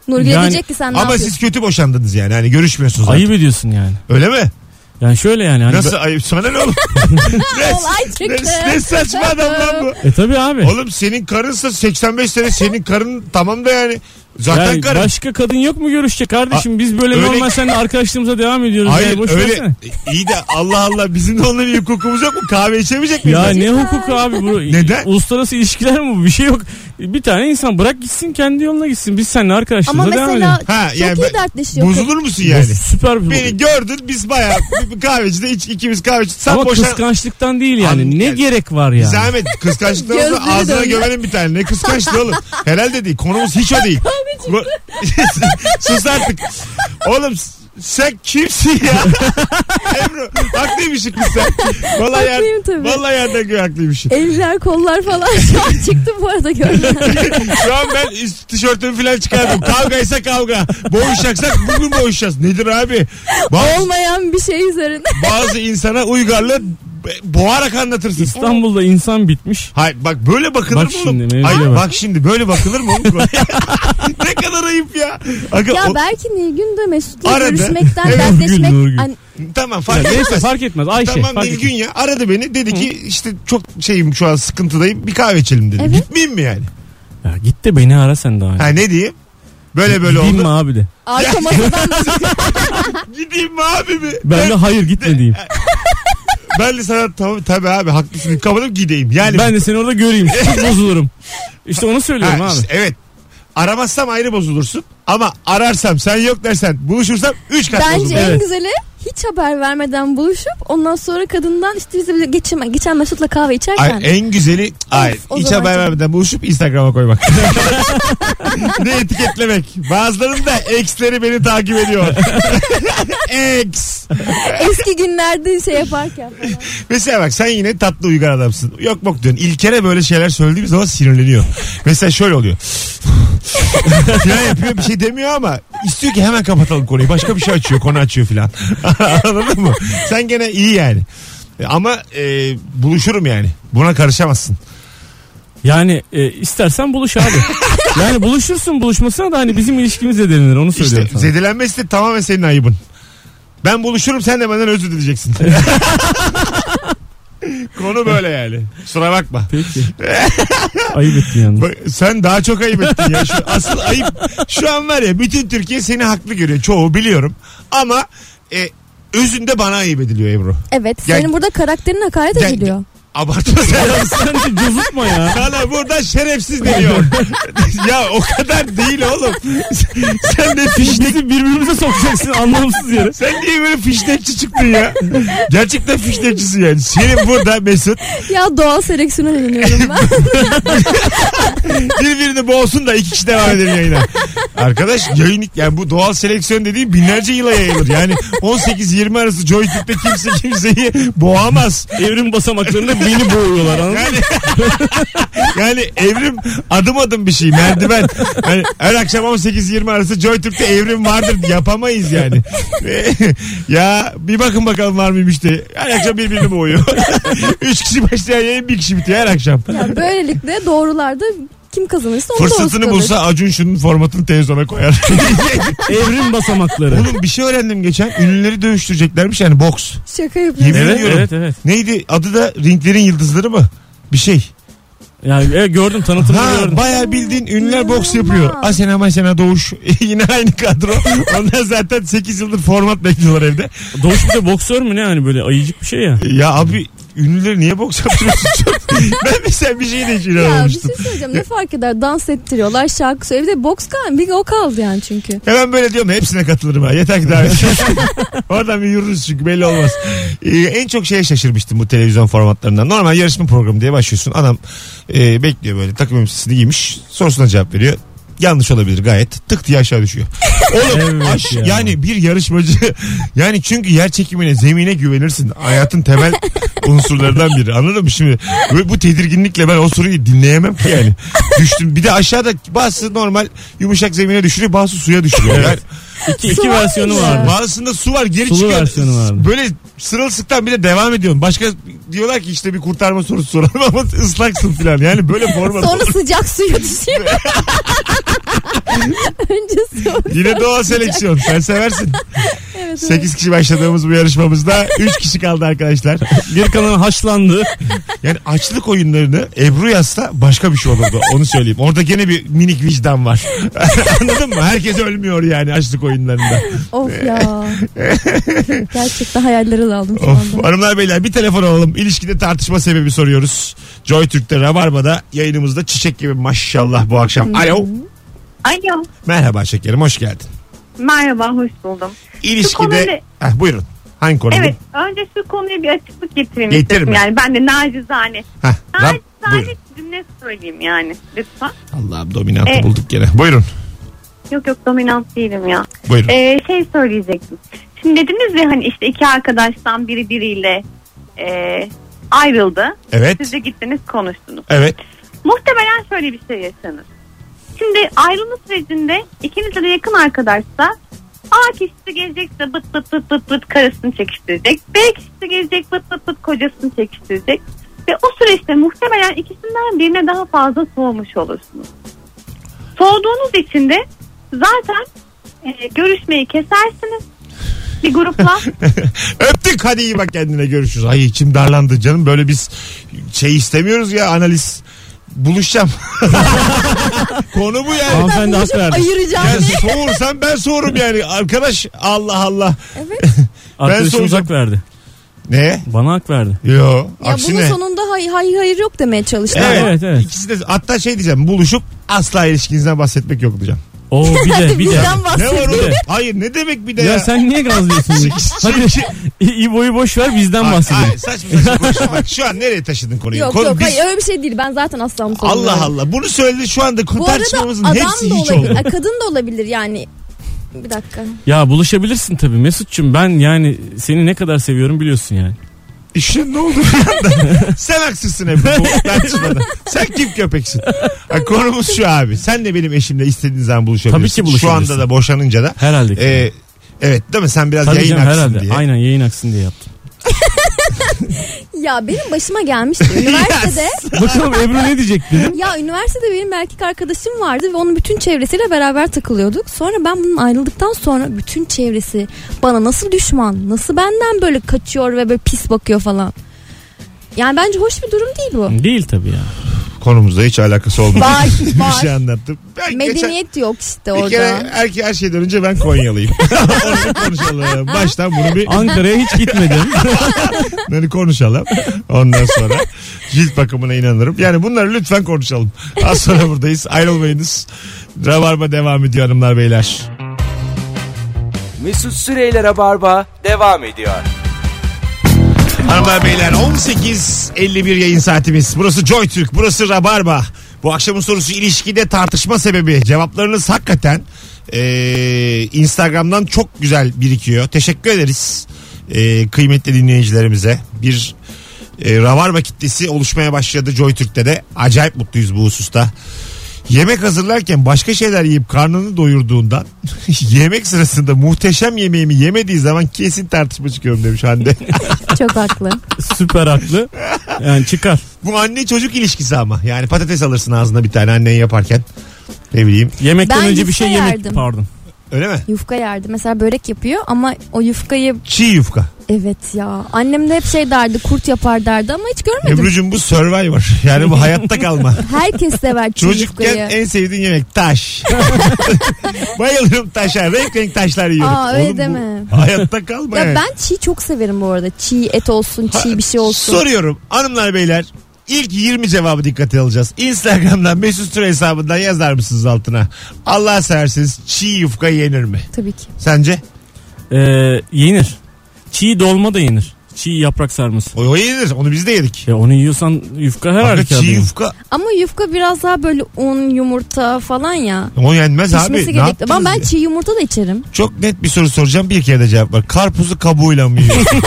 S4: Nurgül
S3: Yani-
S4: diyecek ki sen ne
S2: Ama
S4: yapıyorsun?
S2: siz kötü boşandınız yani. Hani görüşmüyorsunuz artık.
S3: Ayıp ediyorsun yani.
S2: Öyle mi?
S3: Yani şöyle yani. Hani
S2: Nasıl ayıp? Sana ne oğlum? ne,
S4: Olay
S2: ne,
S4: çıktı.
S2: ne saçma adam lan bu.
S3: bö- E tabii abi.
S2: Oğlum senin karınsa 85 sene senin karın tamam da yani. Zaten
S3: Yani
S2: karın.
S3: başka kadın yok mu görüşecek kardeşim? Biz böyle
S2: öyle-
S3: normal seninle arkadaşlığımıza devam ediyoruz. yani,
S2: Hayır
S3: boş
S2: öyle E,
S3: versene.
S2: iyi de Allah Allah bizim de onunla bir hukukumuz yok mu? Kahve içemeyecek miyiz?
S3: Ya
S2: biz?
S3: ne hukuku abi bu?
S2: Neden?
S3: Uluslararası ilişkiler mi bu? Bir şey yok. Bir tane insan bırak gitsin kendi yoluna gitsin. Biz seninle
S4: Ama
S3: arkadaşlığımıza devam edelim.
S4: mesela
S2: Ha, yani
S4: çok iyi
S2: ben-
S4: dertleşiyor.
S2: Bozulur musun
S3: Bu
S2: yani?
S3: Süper bir
S2: Beni gördün biz bayağı bir- bir kahvecide iç, ikimiz kahveci. Sen
S3: Ama
S2: boşan...
S3: kıskançlıktan değil yani.
S2: An-
S3: ne
S2: yani-
S3: gerek var yani?
S2: Zahmet kıskançlıktan olsa
S4: Gözleri
S2: ağzına
S4: döndü.
S2: gömelim bir tane. Ne kıskançlığı oğlum. Helal de değil. Konumuz hiç o değil. Ko- Sus artık. Oğlum s- sen kimsin ya? Ebru haklıymışsın kız sen. Vallahi yer,
S4: Haklıyım tabii.
S2: Vallahi yerden göğe haklıymışsın.
S4: Eller kollar falan şu an çıktı bu arada gördüm.
S2: Şu an ben üst tişörtümü falan çıkardım. Kavgaysa kavga. Boğuşacaksak bugün boğuşacağız. Nedir abi? Bazı,
S4: Olmayan bir şey üzerine.
S2: bazı insana uygarlığı be- boğarak anlatırsın.
S3: İstanbul'da insan bitmiş.
S2: Hayır bak böyle bakılır
S3: Bak
S2: mı
S3: şimdi,
S2: oğlum?
S3: mevzuya
S2: Ay, bak.
S3: bak.
S2: şimdi böyle bakılır mı oğlum? ne kadar ayıp ya. Aga,
S4: Ya
S2: o-
S4: belki Nilgün de Mesut'la
S2: Arada-
S4: görüşmekten
S2: Evet,
S3: Nurgül,
S4: dertleşmek.
S3: Nurgül.
S4: Hani
S2: Tamam fark
S3: Ya Neyse
S2: etmez.
S3: fark etmez. Ayşe
S2: tamam
S3: Şey, fark
S2: Nilgün
S3: etmez.
S2: ya aradı beni dedi ki işte çok şeyim şu an sıkıntıdayım bir kahve içelim dedi.
S4: Evet.
S2: Gitmeyeyim mi yani?
S3: Ya git de beni ara sen daha.
S2: Ha ne diyeyim? Böyle böyle
S3: Gideyim
S2: oldu.
S3: mi abi de?
S4: arka masadan
S2: Gideyim mi abi mi?
S3: Ben de hayır gitme diyeyim.
S2: Ben de sana tamam tabii abi haklısın kapatıp gideyim. Yani
S3: ben de seni orada göreyim. Çok bozulurum. İşte onu söylüyorum
S2: Ha,
S3: abi.
S2: işte evet. Aramazsam ayrı bozulursun ama ararsam sen yok dersen buluşursam 3 kat
S4: Bence
S2: bozulurum.
S4: en
S3: Evet.
S4: güzeli hiç haber vermeden buluşup ondan sonra kadından işte bize geçen, geçen Mesut'la kahve
S2: Ay,
S4: içerken.
S2: en güzeli ay,
S4: o
S2: hiç
S4: zaman
S2: haber
S4: çok-
S2: vermeden buluşup Instagram'a koymak. ne etiketlemek. Bazılarının da ex'leri beni takip ediyor. Ex.
S4: Eski günlerde şey yaparken. falan.
S2: Mesela bak sen yine tatlı uygar adamsın. Yok bok diyorsun. İlker'e böyle şeyler söylediğimiz zaman sinirleniyor. Mesela şöyle oluyor. filan yapıyor bir şey demiyor ama istiyor ki hemen kapatalım konuyu. Başka bir şey açıyor konu açıyor filan. Anladın mı? Sen gene iyi yani. Ama e, buluşurum yani. Buna karışamazsın.
S3: Yani e, istersen buluş abi. yani buluşursun buluşmasına da hani bizim ilişkimiz zedelenir onu söylüyorum
S2: İşte zedelenmesi de tamamen senin ayıbın. Ben buluşurum sen de benden özür dileyeceksin. Konu böyle yani. Kusura bakma.
S3: sana. Peki. Ayıp ettin yalnız.
S2: Bak, Sen daha çok ayıp ettin ya. Şu, asıl ayıp şu an var ya bütün Türkiye seni haklı görüyor. Çoğu biliyorum. Ama e, özünde bana ayıp ediliyor Ebru.
S4: Evet
S2: Ya-
S4: senin burada karakterin hakaret
S2: Ya-
S4: ediliyor.
S2: Abartma sen.
S3: Ya sen de cozutma ya.
S2: Sana burada şerefsiz deniyor. ya o kadar değil oğlum. sen de fişli
S3: Bizi birbirimize sokacaksın anlamsız yere.
S2: Sen niye böyle fişnekçi çıktın ya? Gerçekten fişnekçisin yani. Senin burada Mesut
S4: Ya doğal seleksiyona inanıyorum ben.
S2: birbirini boğsun da iki kişi devam edelim yayına. Arkadaş yayın yani bu doğal seleksiyon dediği binlerce yıla yayılır. Yani 18-20 arası joystick'te kimse kimseyi boğamaz.
S3: Evrim basamaklarında beni boğuyorlar anladın mı?
S2: Yani yani evrim adım adım bir şey merdiven. Yani her akşam 18-20 arası JoyTürk'te evrim vardır yapamayız yani. ya bir bakın bakalım var mıymış diye. Her akşam birbirini boğuyor. Üç kişi başlayan yayın bir kişi bitiyor her akşam.
S4: Ya böylelikle doğrularda kim kazanırsa onu da
S2: Fırsatını
S4: hoş
S2: bulsa Acun şunun formatını televizyona koyar.
S3: Evrim basamakları.
S2: Oğlum bir şey öğrendim geçen. Ünlüleri dövüştüreceklermiş yani boks.
S4: Şaka
S2: Yemin
S4: yapıyorum.
S3: Evet,
S2: ediyorum.
S3: evet, evet.
S2: Neydi? Adı da Ringlerin Yıldızları mı? Bir şey.
S3: Yani e, gördüm tanıtımını
S2: Ha
S3: gördüm.
S2: bayağı bildiğin ünlüler boks yapıyor. Asena Masena Doğuş. Yine aynı kadro. Onlar zaten 8 yıldır format bekliyorlar evde.
S3: Doğuş bir de boksör mü ne hani böyle ayıcık bir şey ya.
S2: Ya abi ünlüleri niye boks yaptırıyorsun? Çok- ben mesela bir şey de hiç
S4: Ya bir
S2: inanamamıştım.
S4: şey söyleyeceğim ne fark eder dans ettiriyorlar şarkı söylüyor. Bir de boks kan bir o kaldı yani çünkü.
S2: Hemen böyle diyorum hepsine katılırım ha. Yeter ki davet. Oradan bir yürürüz çünkü belli olmaz. Ee, en çok şeye şaşırmıştım bu televizyon formatlarından. Normal yarışma programı diye başlıyorsun. Adam e, bekliyor böyle takım elbisesini giymiş. Sorusuna cevap veriyor. Yanlış olabilir gayet. Tık diye aşağı düşüyor. Oğlum
S3: Evet
S2: aş-
S3: ya.
S2: yani bir yarışmacı yani çünkü yer çekimine zemine güvenirsin. Hayatın temel unsurlarından biri. Anladın mı şimdi? Ve bu tedirginlikle ben o soruyu dinleyemem ki yani. Düştüm. Bir de aşağıda bazısı normal yumuşak zemine düşürüyor bazısı suya düşürüyor. Yani
S3: İki, iki
S4: Su var
S3: versiyonu
S4: mı?
S3: vardı.
S2: Bazısında su var geri
S3: Sulu
S2: çıkıyor.
S3: versiyonu vardı.
S2: Böyle sırılsıktan bile devam ediyorsun. Başka diyorlar ki işte bir kurtarma sorusu soralım ama ıslaksın falan. Yani böyle format.
S4: Sonra sıcak suya düşüyor. Önce su.
S2: Yine doğal seleksiyon. Sen seversin. 8 kişi başladığımız bu yarışmamızda 3 kişi kaldı arkadaşlar.
S3: Geri kalan haşlandı.
S2: Yani açlık oyunlarını Ebru yazsa başka bir şey olurdu. Onu söyleyeyim. Orada gene bir minik vicdan var. Anladın mı? Herkes ölmüyor yani açlık oyunlarında.
S4: Of ya. Gerçekten hayalleri daldım şu
S2: Of,
S4: anda.
S2: hanımlar beyler bir telefon alalım. İlişkide tartışma sebebi soruyoruz. Joy Türk'te Rabarba'da yayınımızda çiçek gibi maşallah bu akşam. Alo.
S8: Alo.
S2: Merhaba şekerim hoş geldin.
S8: Merhaba, hoş buldum. Şu konuyla-
S2: İlişkide... Heh, buyurun. Hangi konu?
S8: Evet, önce şu konuya bir açıklık getireyim
S2: Getir
S8: istedim.
S2: mi?
S8: Yani ben de nacizane.
S2: Heh, Rab...
S8: Nacizane
S2: Buyurun.
S8: cümle söyleyeyim yani lütfen.
S2: Allah'ım dominantı
S4: E,
S8: Evet.
S2: bulduk gene. Buyurun.
S8: Yok yok dominant değilim ya.
S2: Buyurun.
S4: E,
S8: Ee, şey söyleyecektim. Şimdi dediniz ya hani işte iki arkadaştan biri biriyle e, ayrıldı. Siz
S2: Evet.
S8: de gittiniz konuştunuz.
S2: Evet.
S8: Muhtemelen şöyle bir şey yaşanır. Şimdi ayrılma sürecinde ikiniz de yakın arkadaşsa A kişisi gelecekse bıt bıt bıt bıt bıt karısını çekiştirecek. B kişisi gelecek bıt bıt bıt kocasını çekiştirecek. Ve o süreçte muhtemelen ikisinden birine daha fazla soğumuş olursunuz. Soğuduğunuz için de zaten e, görüşmeyi kesersiniz. Bir grupla
S2: Öptük hadi iyi bak kendine görüşürüz. Ay içim darlandı canım böyle biz şey istemiyoruz ya analiz. Buluşacağım. Konu bu yani.
S3: Hanımefendi hak
S4: Buluşup
S3: verdi.
S4: ayıracağım.
S2: Ya soğursan ben soğurum yani. Arkadaş Allah Allah.
S4: Evet.
S3: Arkadaşımız
S2: soracağım.
S3: hak verdi.
S2: Ne?
S3: Bana hak verdi.
S2: Yo.
S4: Ya bunun
S2: aksine.
S4: sonunda hay hay hayır yok demeye çalıştım.
S2: Evet.
S3: Evet, evet.
S2: İkisi de hatta şey diyeceğim buluşup asla ilişkinizden bahsetmek yok diyeceğim.
S3: Oo bir de bir de.
S4: Bizden
S2: Ne var
S4: bahsediyor.
S2: oğlum?
S3: de.
S2: Hayır ne demek bir de ya.
S3: Ya sen niye gazlıyorsun? Hadi İbo'yu boş ver bizden
S2: Şey, Ay,
S3: bahsedelim.
S2: ay, saçma saçma. konuşma. Bak, şu an nereye taşıdın konuyu?
S4: Yok
S2: Konu-
S4: yok
S2: biz-
S4: hayır öyle bir şey değil. Ben zaten aslan sorumluyum.
S2: Allah Allah. Bunu söyledi şu anda
S4: Bu arada
S2: tartışmamızın
S4: adam
S2: hepsi
S4: da
S2: hiç
S4: olabilir.
S2: oldu.
S4: Ay, kadın da olabilir yani. Bir dakika.
S3: Ya buluşabilirsin tabii Mesut'cum ben yani seni ne kadar seviyorum biliyorsun yani.
S2: İşin ne oldu bir anda? sen haksızsın hep bu tartışmada. Sen kim köpeksin? Ha, konumuz şu abi. Sen de benim eşimle istediğin zaman buluşabilirsin.
S3: Tabii ki
S2: Şu
S3: buluşabilirsin.
S2: anda da boşanınca da.
S3: Herhalde. ki.
S2: Ee, evet değil mi? Sen biraz
S3: tabii
S2: yayın
S3: canım
S2: aksın
S3: herhalde.
S2: diye.
S3: Aynen yayın aksın diye yaptım.
S4: Ya benim başıma gelmişti. Üniversitede
S3: Bakalım Ebru ne diyecek dedim.
S4: ya üniversitede benim bir erkek arkadaşım vardı ve onun bütün çevresiyle beraber takılıyorduk. Sonra ben bunun ayrıldıktan sonra bütün çevresi bana nasıl düşman, nasıl benden böyle kaçıyor ve böyle pis bakıyor falan. Yani bence hoş bir durum değil bu.
S3: Değil tabii ya.
S2: Konumuzla hiç alakası olmadı.
S4: Var,
S2: Bir
S4: var.
S2: şey anlattım. Ben geçen...
S4: Medeniyet yok işte
S2: Bir
S4: orada.
S2: kere erke her şeyden önce ben Konyalıyım. Onu konuşalım. Baştan bunu bir
S3: Ankara'ya hiç gitmedim.
S2: Bunları konuşalım. Ondan sonra cilt bakımına inanırım. Yani bunları lütfen konuşalım. Az sonra buradayız. Ayrılmayınız. Rabarba devam ediyor hanımlar beyler.
S1: Mesut Süreyler'e barba devam ediyor.
S2: Hanımlar beyler 18.51 yayın saatimiz. Burası Joy Türk, burası Rabarba. Bu akşamın sorusu ilişkide tartışma sebebi. Cevaplarınız hakikaten eee, Instagram'dan çok güzel birikiyor. Teşekkür ederiz eee, kıymetli dinleyicilerimize. Bir e, eee, Rabarba kitlesi oluşmaya başladı Joy Türk'te de. Acayip mutluyuz bu hususta. Yemek hazırlarken başka şeyler yiyip karnını doyurduğundan yemek sırasında muhteşem yemeğimi yemediği zaman kesin tartışma çıkıyorum demiş Hande.
S4: Çok haklı.
S3: Süper haklı. Yani çıkar.
S2: Bu anne çocuk ilişkisi ama. Yani patates alırsın ağzına bir tane annen yaparken. Ne bileyim.
S3: Yemekten
S4: Ben
S3: önce bir
S4: yufka
S3: şey yemek.
S4: yerdim.
S3: Pardon.
S2: Öyle mi?
S4: Yufka yerdi. Mesela börek yapıyor ama o yufkayı
S2: Çiğ yufka.
S4: evet ya. Annem de hep şey derdi kurt yapar derdi ama hiç görmedim.
S2: Ebru'cum bu survivor. Yani bu hayatta kalma.
S4: Herkes sever çiğ
S2: Çocukken
S4: yufkayı.
S2: en sevdiğin yemek taş. Bayılıyorum taşa. Renk renk taşlar yiyorum.
S4: Aa, öyle
S2: Oğlum bu
S4: deme.
S2: Hayatta kalma
S4: Ya
S2: yani.
S4: ben çiğ çok severim bu arada. Çiğ et olsun, çiğ bir şey olsun.
S2: Soruyorum hanımlar beyler ilk 20 cevabı dikkate alacağız. Instagram'dan Mesut Süre hesabından yazar mısınız altına? Allah seversiniz çiğ yufka yenir mi?
S4: Tabii ki.
S2: Sence?
S3: Ee, yenir. Çiğ dolma da yenir. Çiğ yaprak sarması.
S2: O, o yenir. Onu biz de yedik.
S3: Ya onu yiyorsan yufka her
S2: Fakat
S3: halükarda
S2: çiğ
S3: yenir.
S2: yufka
S4: Ama yufka biraz daha böyle un, yumurta falan ya.
S2: o yenmez abi.
S4: Pişmesi
S2: Ne
S4: gerekli.
S2: yaptınız
S4: Ama ben
S2: ya?
S4: çiğ yumurta da içerim.
S2: Çok net bir soru soracağım bir kere de cevap var. Karpuzu kabuğuyla mı yiyorsun?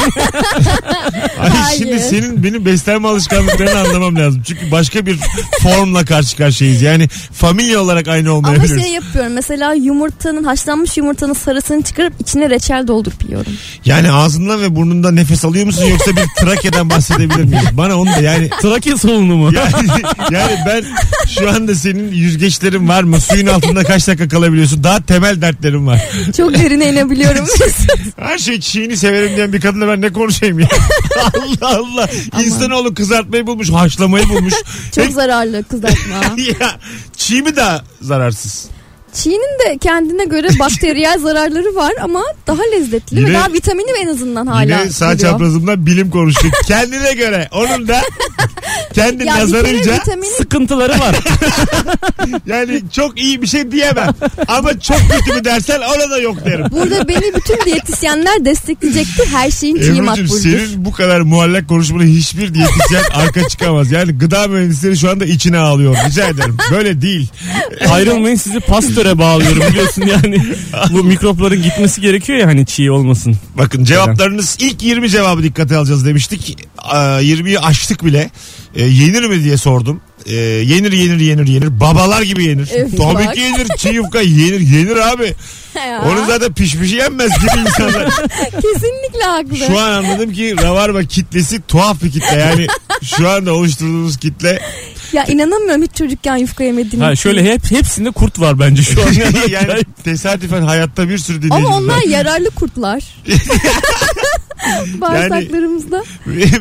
S2: Ay
S4: Hayır.
S2: şimdi senin benim beslenme alışkanlıklarını anlamam lazım. Çünkü başka bir formla karşı karşıyayız. Yani familya olarak aynı
S4: Ama
S2: olmayabiliriz.
S4: şey yapıyorum mesela yumurtanın haşlanmış yumurtanın sarısını çıkarıp içine reçel doldurup yiyorum.
S2: Yani ağzından ve burnundan nefes alıyor musun yoksa bir Trakya'dan bahsedebilir miyiz? Bana onu da yani
S3: Trakya solunu mu?
S2: yani, yani ben şu anda senin yüzgeçlerin var mı? Suyun altında kaç dakika kalabiliyorsun? Daha temel dertlerim var.
S4: Çok derine inebiliyorum.
S2: Her şey çiğini severim diyen bir kadınla ben ne konuşayım ya? Allah Allah. İnsanoğlu kızartmayı bulmuş, haşlamayı bulmuş.
S4: Çok zararlı kızartma.
S2: ya çiğ mi daha zararsız?
S4: Çiğnin de kendine göre bakteriyel zararları var ama daha lezzetli
S2: Yine-
S4: ve daha vitamini en azından hala
S2: Yine sağ
S4: duruyor.
S2: çaprazımdan bilim konuştuk. Kendine göre. Onun da kendi
S4: Ya bir kere
S2: nazarınca
S4: vitamini
S3: Sıkıntıları var.
S2: yani çok iyi bir şey diyemem. Ama çok kötü mü dersen ona da yok derim.
S4: burada beni bütün diyetisyenler destekleyecektir. Her şeyin çiğ
S2: Ebru'cum
S4: makbuldür.
S2: senin bu kadar muallak konuşmana hiçbir diyetisyen arka çıkamaz. Yani gıda mühendisleri şu anda içine ağlıyor. Rica ederim. Böyle değil.
S3: Ayrılmayın sizi pastöre bağlıyorum biliyorsun yani. Bu mikropların gitmesi gerekiyor ya hani çiğ olmasın.
S2: Bakın cevaplarınız ilk 20 cevabı dikkate alacağız demiştik. Aa, 20'yi aştık bile. E, yenir mi diye sordum. E, yenir yenir yenir yenir. Babalar gibi yenir.
S4: Evet,
S2: Tabii
S4: bak.
S2: ki yenir. Çiğ yufka yenir yenir abi.
S4: Ya,
S2: Onun zaten pişmişi yenmez gibi insanlar.
S4: Kesinlikle haklı.
S2: Şu an anladım ki Ravarba kitlesi tuhaf bir kitle. Yani şu anda oluşturduğumuz kitle
S4: Ya inanamıyorum hiç çocukken yufka yemediğim.
S3: Ha
S4: için.
S3: şöyle hep hepsinde kurt var bence şu an.
S2: yani tesadüfen hayatta bir sürü dinleyicimiz
S4: Ama
S2: var.
S4: onlar yararlı kurtlar. Bağırsaklarımızda.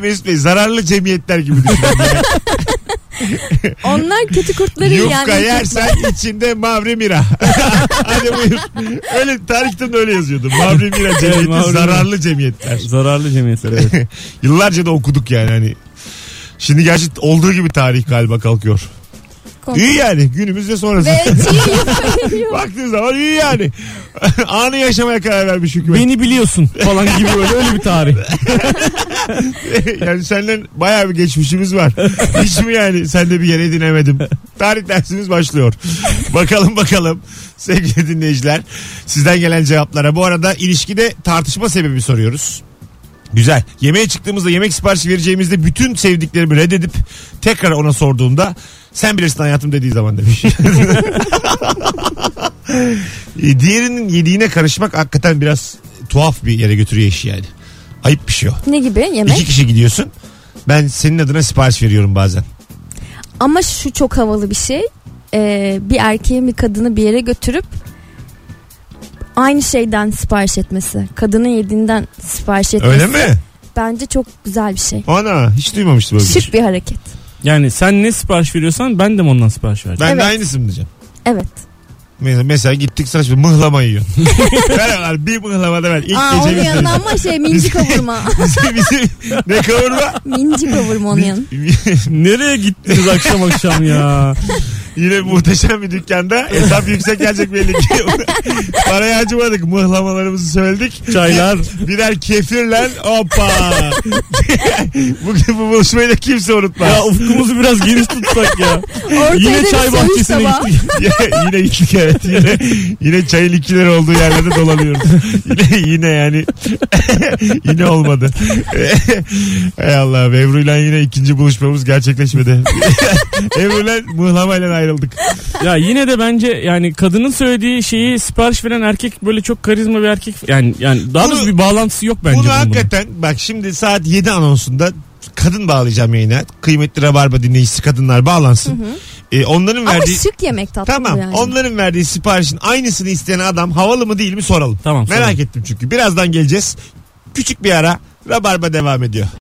S2: Mesut Bey zararlı cemiyetler gibi düşünüyorum.
S4: Onlar kötü kurtları
S2: Yufka
S4: yani.
S2: yersen içinde Mavri Mira. Hadi buyur. Öyle tarihten de öyle yazıyordu. Mavri Mira cemiyeti
S3: Evet, Mavri Mira.
S2: zararlı cemiyetler.
S3: Zararlı cemiyetler evet.
S2: Yıllarca da okuduk yani hani. Şimdi gerçi olduğu gibi tarih galiba kalkıyor.
S4: Korkunç.
S2: İyi yani günümüz ve sonrası.
S4: Ve çiğ yufka yiyor.
S2: Baktığın zaman iyi yani. Anı yaşamaya karar vermiş hükümet.
S3: Beni biliyorsun falan gibi böyle öyle bir tarih.
S2: yani senden bayağı bir geçmişimiz var. Hiç mi yani sende bir yere edinemedim? Tarih dersimiz başlıyor. Bakalım bakalım sevgili dinleyiciler. Sizden gelen cevaplara. Bu arada ilişkide tartışma sebebi soruyoruz. Güzel. Yemeğe çıktığımızda yemek siparişi vereceğimizde bütün sevdiklerimi reddedip tekrar ona sorduğumda sen bilirsin hayatım dediği zaman demiş. E, Diğerinin yediğine karışmak hakikaten biraz tuhaf bir yere götürüyor işi yani. Ayıp bir şey o.
S4: Ne gibi
S2: İki
S4: yemek?
S2: kişi gidiyorsun. Ben senin adına sipariş veriyorum bazen.
S4: Ama şu çok havalı bir şey. Ee, bir erkeğin bir kadını bir yere götürüp aynı şeyden sipariş etmesi. Kadının yediğinden sipariş etmesi.
S2: Öyle mi?
S4: Bence çok güzel bir şey.
S2: Ana hiç duymamıştım böyle bir şey.
S4: Şık bir hareket.
S3: Yani sen ne sipariş veriyorsan ben de mi ondan sipariş vereceğim.
S2: Ben de
S4: Evet.
S2: aynısını mı diyeceğim.
S4: Evet.
S2: Mesela, mesela gittik saçma mıhlama yiyor. Beraber bir mıhlama da ver. İlk
S4: Aa, onun
S2: gece
S4: yanına ama şey minci kavurma.
S2: bizim, bizim, ne kavurma?
S4: minci kavurma onun yanına.
S3: Nereye gittiniz akşam akşam ya?
S2: Yine muhteşem bir dükkanda hesap yüksek gelecek belli ki. Parayı acımadık. Mıhlamalarımızı söyledik.
S3: Çaylar.
S2: Birer kefirle hoppa. Bugün bu buluşmayı da kimse unutmaz.
S3: Ya ufkumuzu biraz geniş tutsak ya.
S4: Ortaya
S3: Yine
S4: da bir
S3: çay
S4: söğüş
S3: bahçesine
S4: tabağı.
S3: gittik.
S2: yine itlik evet. Yine, yine çayın ikileri olduğu yerlerde dolanıyoruz. yine, yine yani. yine olmadı. Hay Allah. Ebru'yla yine ikinci buluşmamız gerçekleşmedi. Ebru'yla mıhlamayla ayrıldık.
S3: ya yine de bence yani kadının söylediği şeyi sipariş veren erkek böyle çok karizma bir erkek. Yani yani daha
S2: Bunu-
S3: doğrusu bir bağlantısı yok bence.
S2: Bunu
S3: bunun.
S2: hakikaten bak şimdi saat 7 anonsunda kadın bağlayacağım yayına. Kıymetli Rabarba dinleyicisi kadınlar bağlansın. Ee, onların
S4: Ama
S2: verdiği...
S4: şık yemek tatlı
S2: Tamam.
S4: bu yani.
S2: Onların verdiği siparişin aynısını isteyen adam havalı mı değil mi soralım.
S3: Tamam,
S2: Merak
S3: soralım.
S2: ettim çünkü. Birazdan geleceğiz. Küçük bir ara. Rabarba devam ediyor.